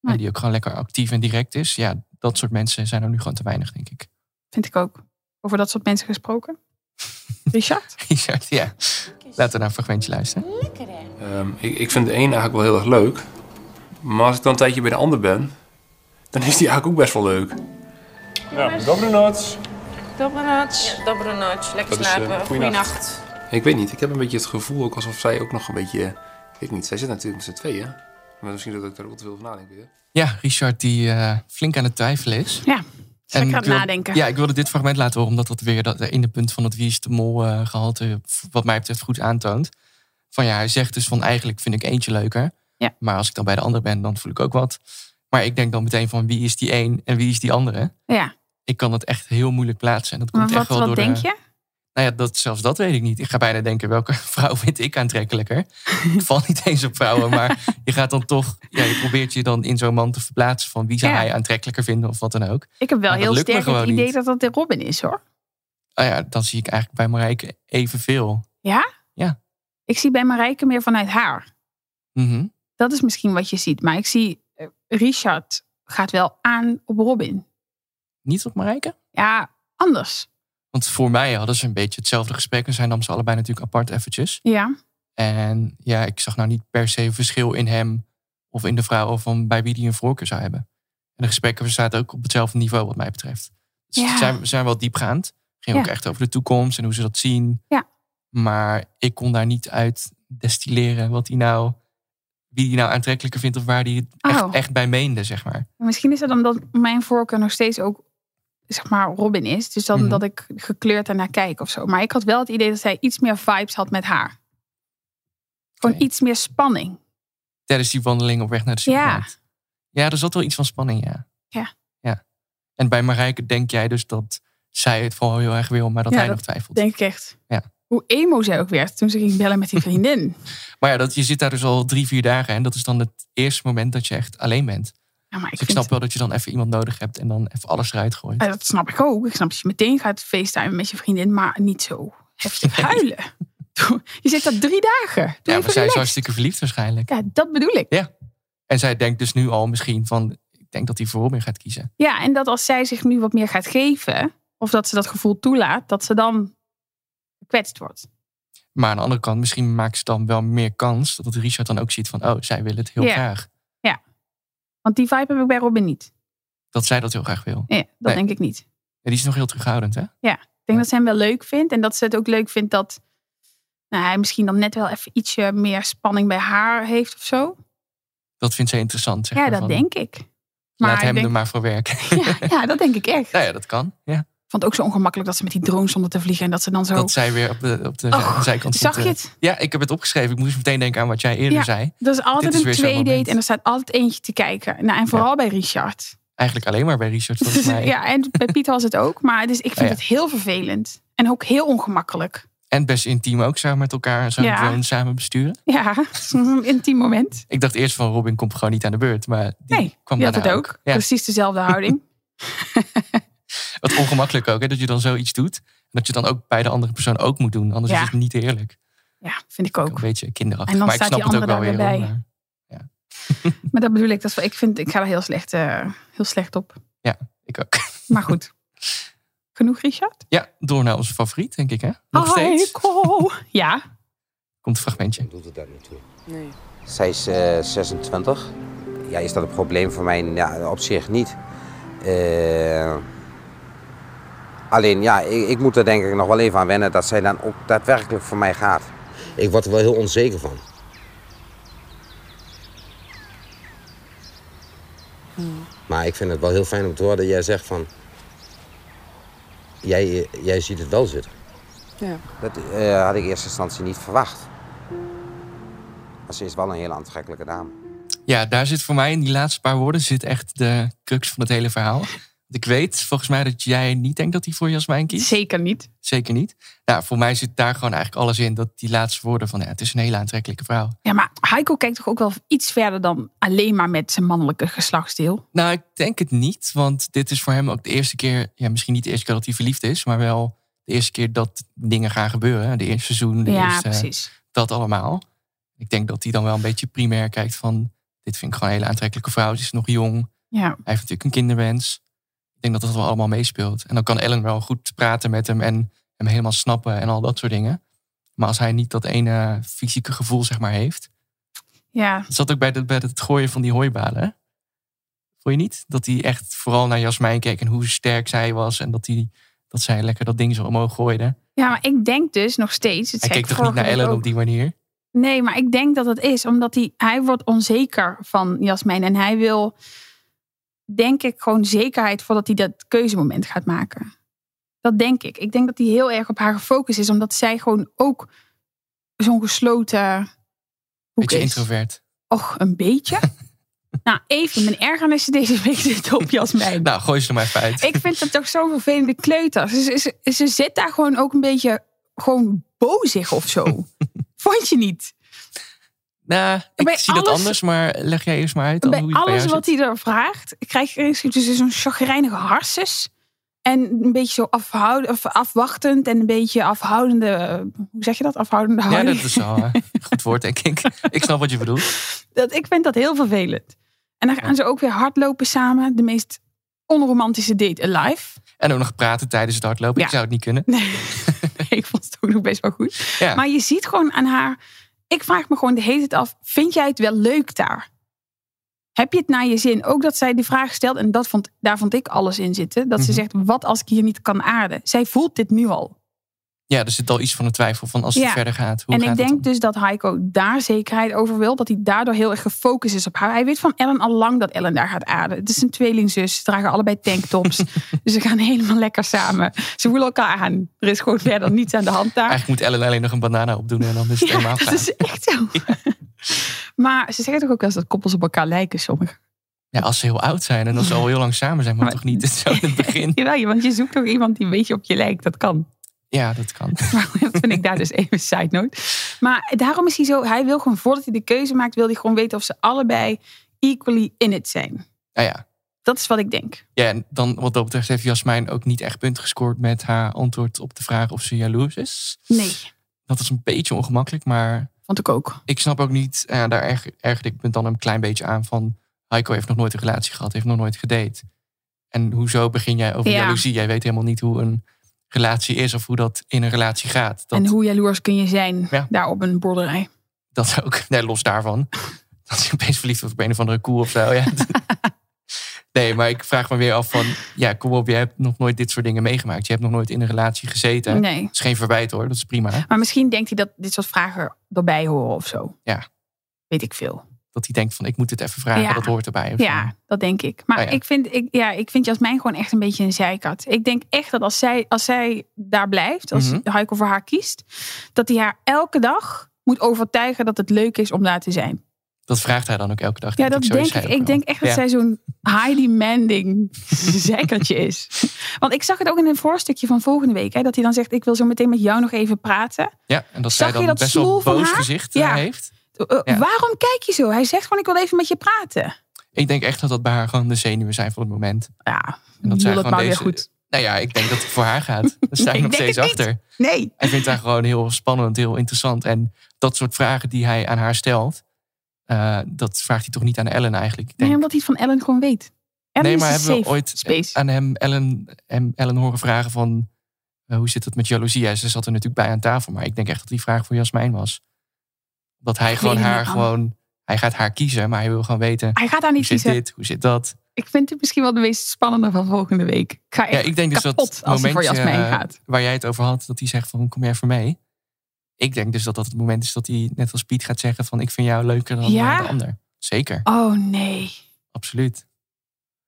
S1: Nee.
S2: En die ook gewoon lekker actief en direct is. Ja, dat soort mensen zijn er nu gewoon te weinig, denk ik. (laughs)
S1: vind ik ook. Over dat soort mensen gesproken. Richard?
S2: Richard, ja. Laten we naar een fragmentje luisteren.
S9: Ehm, ik, ik vind de een eigenlijk wel heel erg leuk. Maar als ik dan een tijdje bij de ander ben, dan is die eigenlijk ook best wel leuk.
S10: Ja,
S9: Dobrenots.
S10: Dobranoc. Dobranoc. Lekker
S9: Dat is, eh, goeienacht.
S10: slapen. Goeienacht.
S9: Ik weet niet, ik heb een beetje het gevoel ook alsof zij ook nog een beetje... Ik weet niet, zij zit natuurlijk met z'n tweeën. Maar misschien dat ik daar ook te veel over nadenk weer.
S2: Ja, Richard die eh, flink aan het twijfelen is.
S1: Ja,
S2: En
S1: lekker aan
S2: ik
S1: het
S2: wil-
S1: nadenken.
S2: Ja, ik wilde dit fragment laten horen, omdat dat weer dat eh, ene punt van het Wie is de Mol eh, gehalte, wat mij betreft, goed aantoont. Van ja, hij zegt dus van eigenlijk vind ik eentje leuker.
S1: Ja.
S2: Maar als ik dan bij de ander ben, dan voel ik ook wat. Maar ik denk dan meteen van wie is die een en wie is die andere.
S1: Ja,
S2: Ik kan dat echt heel moeilijk plaatsen. En dat
S1: maar
S2: komt echt
S1: wat,
S2: wel
S1: wat
S2: door
S1: denk
S2: de,
S1: je?
S2: Nou ja, dat, zelfs dat weet ik niet. Ik ga bijna denken, welke (laughs) vrouw vind ik aantrekkelijker? Ik val niet eens op vrouwen, maar
S1: (laughs)
S2: je gaat dan toch... Ja, je probeert je dan in zo'n man te verplaatsen van wie zou
S1: Ja.
S2: hij aantrekkelijker vinden of wat dan ook.
S1: Ik heb wel
S2: Maar dat
S1: heel
S2: lukt me
S1: sterk het
S2: gewoon
S1: idee
S2: niet.
S1: dat dat de Robin is hoor.
S2: Ah ja, dan zie ik eigenlijk bij Marijke evenveel.
S1: Ja?
S2: Ja.
S1: Ik zie bij Marijke meer vanuit haar.
S2: Mhm.
S1: Dat is misschien wat je ziet. Maar ik zie eh, Richard gaat wel aan op Robin.
S2: Niet op Marijke?
S1: Ja, anders.
S2: Want voor mij hadden ze een beetje hetzelfde gesprek. En zij nam ze allebei natuurlijk apart eventjes.
S1: Ja.
S2: En ja, ik zag nou niet per se een verschil in hem of in de vrouw of van bij wie die een voorkeur zou hebben. En de gesprekken staan ook op hetzelfde niveau wat mij betreft. Dus
S1: Ja.
S2: ze zijn, ze zijn wel diepgaand. Het ging ook
S1: Ja.
S2: echt over de toekomst en hoe ze dat zien.
S1: Ja.
S2: Maar ik kon daar niet uit destilleren wat hij nou, wie hij nou aantrekkelijker vindt of waar hij het
S1: Oh.
S2: echt, echt bij meende, zeg maar.
S1: Misschien is het omdat mijn voorkeur nog steeds ook, zeg maar, Robin is. Dus dan
S2: Mhm.
S1: dat ik gekleurd daarnaar kijk of zo. Maar ik had wel het idee dat zij iets meer vibes had met haar. Gewoon iets meer spanning.
S2: Tijdens die wandeling op weg naar de supermarkt. Ja. ja, er zat wel iets van spanning, ja.
S1: Ja.
S2: Ja. En bij Marijke denk jij dus dat zij het vooral heel erg wil, maar dat
S1: Ja,
S2: hij nog twijfelt.
S1: Denk ik echt.
S2: Ja.
S1: Hoe emo zij ook werd toen ze ging bellen (laughs) met die vriendin.
S2: Maar ja, dat, je zit daar dus al drie, vier dagen. En dat is dan het eerste moment dat je echt alleen bent.
S1: Ja, maar ik
S2: dus ik
S1: vind-
S2: snap wel dat je dan even iemand nodig hebt en dan even alles eruit gooit.
S1: Ja, Eh, dat snap ik ook. Ik snap dat je meteen gaat facetimen met je vriendin, maar niet zo
S2: (laughs)
S1: heftig huilen. Doe- Je zit daar drie dagen. Doe
S2: ja,
S1: even
S2: maar zij is
S1: relaxed.
S2: hartstikke verliefd waarschijnlijk.
S1: Ja, dat bedoel ik.
S2: Ja. En zij denkt dus nu al misschien van, ik denk dat hij voor Robin gaat kiezen.
S1: Ja, en dat als zij zich nu wat meer gaat geven, of dat ze dat gevoel toelaat, dat ze dan gekwetst wordt.
S2: Maar aan de andere kant, misschien maakt ze dan wel meer kans dat Richard dan ook ziet van, oh, zij wil het heel
S1: Ja.
S2: graag.
S1: Ja. Want die vibe heb ik bij Robin niet.
S2: Dat zij dat heel graag wil.
S1: Ja, dat
S2: Nee.
S1: denk ik niet.
S2: En die is nog heel terughoudend, hè?
S1: Ja, ik denk dat ze hem wel leuk vindt. En dat ze het ook leuk vindt dat nou, hij misschien dan net wel even ietsje meer spanning bij haar heeft of zo.
S2: Dat vindt zij interessant. Zeg
S1: ja,
S2: maar,
S1: dat
S2: van,
S1: denk ik.
S2: Laat
S1: Maar ik
S2: hem
S1: denk,
S2: er maar voor werken.
S1: (laughs) ja, dat denk ik echt.
S2: nou ja, dat kan. Ja.
S1: Ik vond het ook zo ongemakkelijk dat ze met die drone stonden te vliegen en dat ze dan zo.
S2: Dat zij weer op de, op de
S1: Oh,
S2: zijkant
S1: zag
S2: stond,
S1: je
S2: eh,
S1: het?
S2: Ja, ik heb het opgeschreven. Ik moest meteen denken aan wat jij eerder
S1: ja,
S2: zei.
S1: Dat is altijd
S2: Dit is
S1: een
S2: weer zo'n moment.
S1: tweedate en er staat altijd eentje te kijken. Nou, en vooral bij Richard. Dus,
S2: Eigenlijk alleen maar bij Richard,
S1: (laughs)
S2: volgens mij.
S1: ja, en bij Piet was het ook. Maar dus ik vind
S2: Oh ja.
S1: het heel vervelend. En ook heel ongemakkelijk.
S2: En best intiem ook samen met elkaar zo'n
S1: Ja.
S2: drone samen besturen.
S1: Ja, (laughs) het is een intiem moment.
S2: Ik dacht eerst van Robin komt gewoon niet aan de beurt. Maar die
S1: Nee,
S2: kwam
S1: je had het
S2: daarna
S1: ook. Dus-
S2: ook. Ja.
S1: Precies dezelfde
S2: (laughs)
S1: houding.
S2: wat ongemakkelijk ook, hè, dat je dan zoiets doet. En dat je dan ook bij de andere persoon ook moet doen. Anders
S1: Ja.
S2: is het niet eerlijk.
S1: Ja, vind ik ook.
S2: Een beetje kinderachtig.
S1: En dan
S2: maar ik
S1: staat
S2: snap
S1: die
S2: het ook wel
S1: andere
S2: weer.
S1: daar
S2: hoor,
S1: weer bij.
S2: maar-
S1: Maar dat bedoel ik. Dat, is wel- ik, vind, ik ga er heel slecht, eh, heel slecht op.
S2: Ja, ik ook. (laughs)
S1: Maar goed. Genoeg, Richard?
S2: Ja, door naar onze favoriet, denk ik. Hè? Nog
S1: Oh,
S2: steeds.
S1: Heiko. Ja.
S2: Komt een fragmentje.
S11: doet het daar niet toe.
S5: Nee.
S11: Zij is eh, 26. Ja, is dat een probleem voor mij? Ja, op zich niet. Eh, alleen, ja, ik, ik moet er denk ik nog wel even aan wennen dat zij dan ook daadwerkelijk voor mij gaat. Ik word er wel heel onzeker van. Hmm. Maar ik vind het wel heel fijn om te horen dat jij zegt van... Jij, jij ziet het wel zitten.
S5: Ja.
S11: Dat eh, had ik in eerste instantie niet verwacht. Maar ze is wel een hele aantrekkelijke dame.
S2: Ja, daar zit voor mij in die laatste paar woorden zit echt de crux van het hele verhaal. Want ik weet volgens mij dat jij niet denkt dat hij voor Jasmijn kiest.
S1: Zeker niet.
S2: Zeker niet. Nou, voor mij zit daar gewoon eigenlijk alles in. Dat die laatste woorden van ja, het is een hele aantrekkelijke vrouw.
S1: Ja, maar Heiko kijkt toch ook wel iets verder dan alleen maar met zijn mannelijke geslachtsdeel.
S2: Nou, ik denk het niet. Want dit is voor hem ook de eerste keer. Ja, misschien niet de eerste keer dat hij verliefd is. Maar wel de eerste keer dat dingen gaan gebeuren. De eerste seizoen. De
S1: Ja,
S2: eerste,
S1: precies.
S2: Dat allemaal. Ik denk dat hij dan wel een beetje primair kijkt van... Dit vind ik gewoon een hele aantrekkelijke vrouw. Ze is nog jong.
S1: Ja.
S2: Hij heeft natuurlijk een kinderwens. Ik denk dat dat wel allemaal meespeelt. En dan kan Ellen wel goed praten met hem en hem helemaal snappen en al dat soort dingen. Maar als hij niet dat ene fysieke gevoel, zeg maar, heeft.
S1: Ja,
S2: Dat zat ook bij, de, bij het gooien van die hooibalen. hè? Vond je niet? Dat hij echt vooral naar Jasmijn keek en hoe sterk zij was. En dat, hij, dat zij lekker dat ding zo omhoog gooide.
S1: ja maar ik denk dus nog steeds. Het
S2: hij
S1: zei
S2: keek
S1: ik
S2: toch
S1: vorige
S2: niet naar
S1: week
S2: Ellen
S1: ook.
S2: op die manier?
S1: Nee, maar ik denk dat het is omdat hij, hij wordt onzeker van Jasmijn. En hij wil, denk ik, gewoon zekerheid voordat hij dat keuzemoment gaat maken. Dat denk ik. Ik denk dat hij heel erg op haar gefocust is, omdat zij gewoon ook zo'n gesloten. hoek
S2: Beetje
S1: is.
S2: introvert.
S1: Och, een
S2: (laughs)
S1: beetje. nou, even mijn ergernissen deze week zitten op Jasmijn.
S2: Nou, gooi ze er maar even uit.
S1: Ik vind het toch zo'n vervelende kleuter. Ze, ze, ze zit daar gewoon ook een beetje gewoon bozig of zo.
S2: (laughs)
S1: Vond je niet?
S2: Nou, ik
S1: Bij
S2: zie dat
S1: alles-
S2: anders, maar leg jij eerst maar uit dan
S1: Bij
S2: hoe je het bij
S1: alles
S2: jou
S1: wat hij er vraagt, krijg je ineens zoiets- zo'n chagrijnige harses. En een beetje zo afhoud, of afwachtend en een beetje afhoudende. eh, Hoe zeg je dat? Afhoudende
S2: zit. Ja,
S1: houding.
S2: dat is wel eh, een goed woord, denk ik. Ik snap wat je bedoelt.
S1: (laughs) dat, ik vind dat heel vervelend. En dan gaan ze ook weer hardlopen samen. De meest onromantische date alive.
S2: En ook nog praten tijdens het hardlopen.
S1: Ja.
S2: Ik zou het niet kunnen.
S1: (laughs) ik vond het ook nog best wel goed.
S2: Ja.
S1: Maar je ziet gewoon aan haar. Ik vraag me gewoon de hele tijd af: vind jij het wel leuk daar? Heb je het naar je zin? Ook dat zij die vraag stelt, en dat vond, daar vond ik alles in zitten. Dat ze
S2: Mhm.
S1: zegt: wat als ik hier niet kan aarden? Zij voelt dit nu al.
S2: Ja, er zit al iets van een twijfel van als het
S1: Ja.
S2: verder gaat. Hoe
S1: en
S2: gaat
S1: ik
S2: het
S1: denk dus dat Heiko daar zekerheid over wil. Dat hij daardoor heel erg gefocust is op haar. Hij weet van Ellen al lang dat Ellen daar gaat aarden. Het is een tweelingzus. Ze dragen allebei
S2: (laughs)
S1: tanktops. dus ze gaan helemaal lekker samen. Ze voelen elkaar aan. Er is gewoon verder niets aan de hand daar.
S2: Eigenlijk moet Ellen alleen nog een banana opdoen en dan
S1: (laughs)
S2: is het helemaal
S1: dat
S2: klaar.
S1: is echt
S2: (laughs)
S1: zo. Maar ze zeggen toch ook wel eens dat koppels op elkaar lijken, sommigen.
S2: Ja, als ze heel oud zijn en als ze al heel lang samen zijn, maar, toch niet zo in het begin.
S1: (laughs) Jawel, want je zoekt toch iemand die een beetje op je lijkt. Dat kan. (laughs)
S2: Ja, dat kan.
S1: dat vind ik daar dus even een side note. Maar daarom is hij zo, hij wil gewoon voordat hij de keuze maakt, wil hij gewoon weten of ze allebei equally in it zijn.
S2: Nou ja.
S1: Dat is wat ik denk.
S2: ja, en dan wat dat betreft heeft Jasmijn ook niet echt punten gescoord met haar antwoord op de vraag of ze jaloers is.
S1: Nee.
S2: Dat is een beetje ongemakkelijk, maar...
S1: Vond ik ook.
S2: Ik snap ook niet, ja, daar erg- ergerde ik me dan een klein beetje aan van... Heiko heeft nog nooit een relatie gehad, heeft nog nooit gedate. En hoezo begin jij over
S1: Ja.
S2: jaloezie? Jij weet helemaal niet hoe een relatie is of hoe dat in een relatie gaat. Dat,
S1: En hoe jaloers kun je zijn daar op een boerderij?
S2: dat ook, (laughs) nee, los daarvan. Dat je opeens verliefd wordt op een of andere koe of
S1: (laughs)
S2: zo. Ja. nee, maar ik vraag me weer af van... Ja, kom op, je hebt nog nooit dit soort dingen meegemaakt. Je hebt nog nooit in een relatie gezeten.
S1: Nee.
S2: Dat is geen verwijt hoor, dat is prima.
S1: Maar misschien denkt hij dat dit soort vragen erbij horen of zo.
S2: Ja.
S1: Weet ik veel.
S2: Dat hij denkt van, ik moet dit even vragen,
S1: Ja.
S2: dat hoort erbij. of zo.
S1: Ja, dat denk ik. Maar
S2: Oh ja.
S1: ik, vind, ik, ja, ik vind Jasmijn gewoon echt een beetje een zijkat. Ik denk echt dat als zij, als zij daar blijft, als
S2: Mhm.
S1: Heiko voor haar kiest, dat hij haar elke dag moet overtuigen dat het leuk is om daar te zijn.
S2: Dat vraagt hij dan ook elke dag.
S1: Ja, dat
S2: ik,
S1: denk
S2: Zo is
S1: ik.
S2: hij ook
S1: Ik denk
S2: wel.
S1: echt dat
S2: Ja.
S1: zij zo'n high
S2: (laughs)
S1: demanding zekkertje is. Want ik zag het ook in een voorstukje van volgende week. Hè, dat hij dan zegt, ik wil zo meteen met jou nog even praten.
S2: Ja, en dat
S1: Zag
S2: zij dan
S1: je dat
S2: best
S1: smoel
S2: wel
S1: van
S2: boos
S1: haar?
S2: gezicht
S1: Ja.
S2: eh, heeft.
S1: Eh,
S2: Ja.
S1: Waarom kijk je zo? Hij zegt gewoon, ik wil even met je praten.
S2: Ik denk echt dat dat bij haar gewoon de zenuwen zijn voor het moment.
S1: Ja,
S2: en dat
S1: doe
S2: zij
S1: dat
S2: gewoon
S1: maar weer
S2: deze...
S1: goed.
S2: Nou ja, ik denk dat het voor haar
S1: (laughs)
S2: gaat. Daar sta ik
S1: Nee,
S2: nog
S1: ik denk
S2: steeds
S1: het niet.
S2: achter.
S1: Nee.
S2: Hij vindt haar gewoon heel spannend, heel interessant. En dat soort vragen die hij aan haar stelt, eh, dat vraagt hij toch niet aan Ellen eigenlijk. Ik denk,
S1: Nee, omdat hij het van Ellen gewoon weet. Ellen
S2: nee,
S1: is
S2: maar
S1: de
S2: hebben we
S1: safe
S2: ooit Eh,
S1: space.
S2: aan hem Ellen, hem Ellen horen vragen van eh, hoe zit het met jaloezie? Ja, ze zat er natuurlijk bij aan tafel, maar ik denk echt dat die vraag voor Jasmijn was. Dat hij
S1: Ik
S2: gewoon
S1: weet het
S2: haar
S1: niet,
S2: gewoon, hij gaat haar kiezen, maar hij wil gewoon weten.
S1: Hij gaat haar niet
S2: hoe zit
S1: kiezen.
S2: dit, hoe zit dat?
S1: Ik vind het misschien wel de meest spannende van volgende week. Ik ga
S2: Ja,
S1: echt
S2: ik denk dus dat
S1: kapot als hij voor
S2: momentje,
S1: Jasmijn
S2: eh,
S1: gaat.
S2: waar jij het over had, dat hij zegt van kom jij voor mee? Ik denk dus dat dat het moment is dat hij net als Piet gaat zeggen van ik vind jou leuker dan eh,
S1: Ja?
S2: de ander. Zeker,
S1: Oh nee.
S2: absoluut.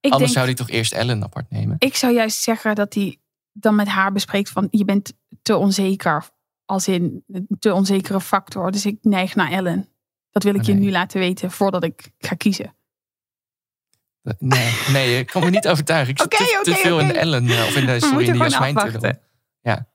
S1: Ik
S2: Anders
S1: denk-
S2: zou hij toch eerst Ellen apart nemen.
S1: Ik zou juist zeggen dat hij dan met haar bespreekt van je bent te onzeker. Als in een te onzekere factor. Dus ik neig naar Ellen. Dat wil ik je nu laten weten voordat ik ga kiezen.
S2: Nee, nee, ik kan me niet overtuigen. Ik zit
S1: Oké,
S2: te, te
S1: oké,
S2: veel in
S1: oké.
S2: de Ellen, eh, of in
S1: We
S2: de, sorry, in
S1: moeten
S2: de
S1: gewoon
S2: Jasmijn tunnel.
S1: afwachten.
S2: Ja.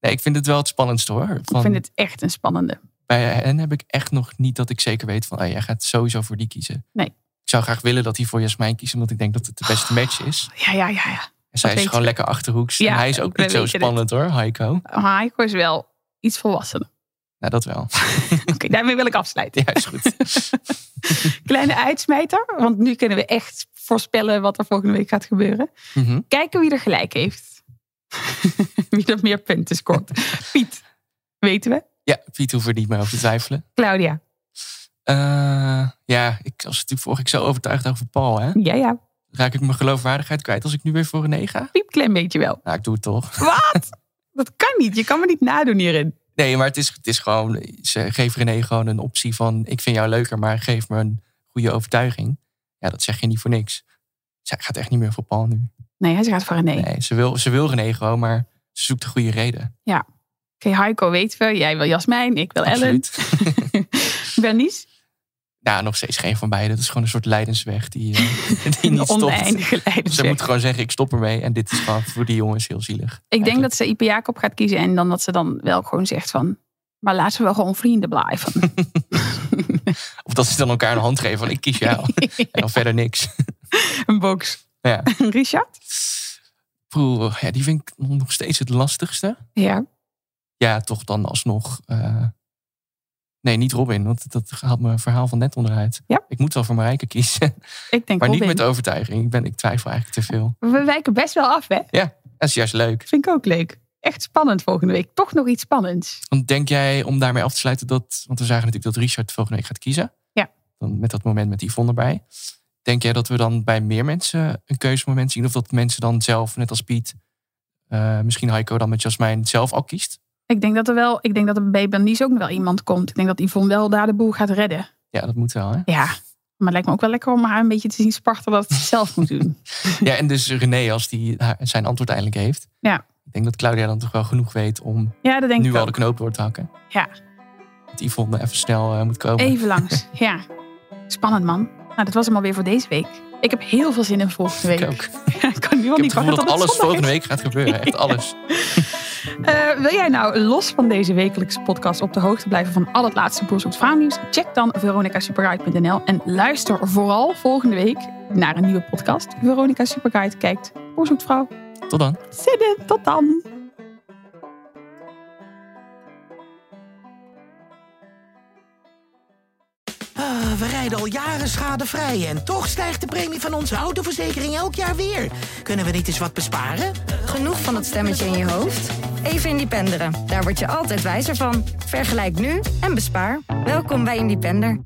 S2: Nee, ik vind het wel het spannendste hoor. Van,
S1: Ik vind het echt een spannende.
S2: Bij hen heb ik echt nog niet dat ik zeker weet van, ah, jij gaat sowieso voor die kiezen.
S1: Nee. Ah,
S2: Ik zou graag willen dat hij voor Jasmijn kiest, omdat ik denk dat het de beste match is.
S1: Ja, ja, ja. ja.
S2: En zij
S1: Dat
S2: is
S1: weten
S2: gewoon
S1: we.
S2: lekker achterhoeks.
S1: Ja,
S2: en hij is ook
S1: wij
S2: niet zo
S1: weten
S2: spannend hoor, Heiko.
S1: Maar Heiko is wel iets volwassener. (laughs)
S2: Nou, dat wel. (laughs)
S1: Oké, daarmee wil ik afsluiten.
S2: Ja,
S1: (laughs)
S2: is goed.
S1: Kleine uitsmijter, want nu kunnen we echt voorspellen wat er volgende week gaat gebeuren.
S2: Mhm.
S1: Kijken wie er gelijk heeft. (laughs) wie er meer punten scoort. Piet, weten we.
S2: Ja, Piet hoeft er niet meer over te twijfelen.
S1: Claudia,
S2: Eh, ja, ik was natuurlijk vorige keer zo overtuigd over Paul, hè?
S1: Ja, ja.
S2: Raak ik mijn geloofwaardigheid kwijt als ik nu weer voor René ga?
S1: piep klein beetje wel.
S2: Nou, ik doe het toch.
S1: Wat? Dat kan niet. Je kan me niet nadoen hierin.
S2: Nee, maar het is, het is gewoon... Ze geeft René gewoon een optie van... Ik vind jou leuker, maar geef me een goede overtuiging. Ja, dat zeg je niet voor niks. Zij gaat echt niet meer voor Paul nu.
S1: Nee, hij gaat voor René.
S2: Nee, ze wil, ze wil René gewoon, maar ze zoekt de goede reden.
S1: Ja. Oh, Oké, Heiko weten we. Jij wil Jasmijn, ik wil Ellen. Bernice,
S2: Nou, nog steeds geen van beide. Dat is gewoon een soort leidensweg die, eh, (laughs) die
S1: Een
S2: niet stopt.
S1: oneindige
S2: Ze
S1: lijdensweg.
S2: moet gewoon zeggen, ik stop ermee. En dit is gewoon voor die jongens heel zielig.
S1: Ik denk dat ze Ipe Jacob gaat kiezen en dan dat ze dan wel gewoon zegt van... Maar laten we wel gewoon vrienden
S2: (laughs)
S1: blijven.
S2: Of dat ze dan elkaar een hand geven van ik kies jou. en dan verder niks.
S1: Een box.
S2: Ja.
S1: Richard?
S2: Poeh, ja, die vind ik nog steeds het lastigste.
S1: Ja.
S2: Ja, toch dan alsnog. eh, Nee, niet Robin, want dat haalt mijn verhaal van net onderuit.
S1: Ja.
S2: Ik moet wel voor Marijke kiezen. (laughs)
S1: Ik denk
S2: maar
S1: Robin.
S2: niet met overtuiging. Ik, ben, ik twijfel eigenlijk te veel.
S1: We wijken best wel af, hè?
S2: Ja, dat is juist leuk.
S1: Vind ik ook leuk. Echt spannend volgende week. Toch nog iets spannends.
S2: Want denk jij, om daarmee af te sluiten, dat. Want we zagen natuurlijk dat Richard volgende week gaat kiezen.
S1: Ja.
S2: Dan met dat moment met Yvonne erbij. Denk jij dat we dan bij meer mensen een keuzemoment zien? Of dat mensen dan zelf, net als Piet, eh, misschien Heiko dan met Jasmijn zelf al kiest?
S1: Ik denk dat er wel, ik denk dat er bij Bernice ook nog wel iemand komt. Ik denk dat Yvonne wel daar de boel gaat redden.
S2: Ja, dat moet wel, hè?
S1: Ja, maar het lijkt me ook wel lekker om haar een beetje te zien spartelen dat ze het zelf moet doen.
S2: Ja, en dus René, als die haar- zijn antwoord eindelijk heeft.
S1: Ja,
S2: Ik denk dat Claudia dan toch wel genoeg weet om
S1: (laughs) ja dat denk
S2: nu
S1: ik
S2: al
S1: wel.
S2: de knoop door te hakken.
S1: Ja,
S2: Dat Yvonne even snel eh, moet komen.
S1: even
S2: (laughs)
S1: langs. Ja, spannend man. Nou, dat was hem alweer voor deze week. Ik heb heel veel zin in volgende week.
S2: Ik ook.
S1: (laughs) Ik kan nu al
S2: Ik heb
S1: niet
S2: het
S1: wachten
S2: gevoel dat
S1: tot het
S2: alles
S1: zondag
S2: volgende
S1: is.
S2: week gaat gebeuren. Echt
S1: (laughs)
S2: alles.
S1: Eh, wil jij nou los van deze wekelijkse podcast op de hoogte blijven van al het laatste Boer Zoekt Vrouw nieuws? Check dan veronicasuperguide.nl en luister vooral volgende week naar een nieuwe podcast. Veronica Superguide kijkt Boer Zoekt Vrouw.
S2: Tot dan.
S1: Zinnen, tot dan!
S12: Ah, we rijden al jaren schadevrij en toch stijgt de premie van onze autoverzekering elk jaar weer. Kunnen we niet eens wat besparen?
S13: Genoeg van dat stemmetje in je hoofd? Even Independeren. Daar word je altijd wijzer van. Vergelijk nu en bespaar. Welkom bij Independer.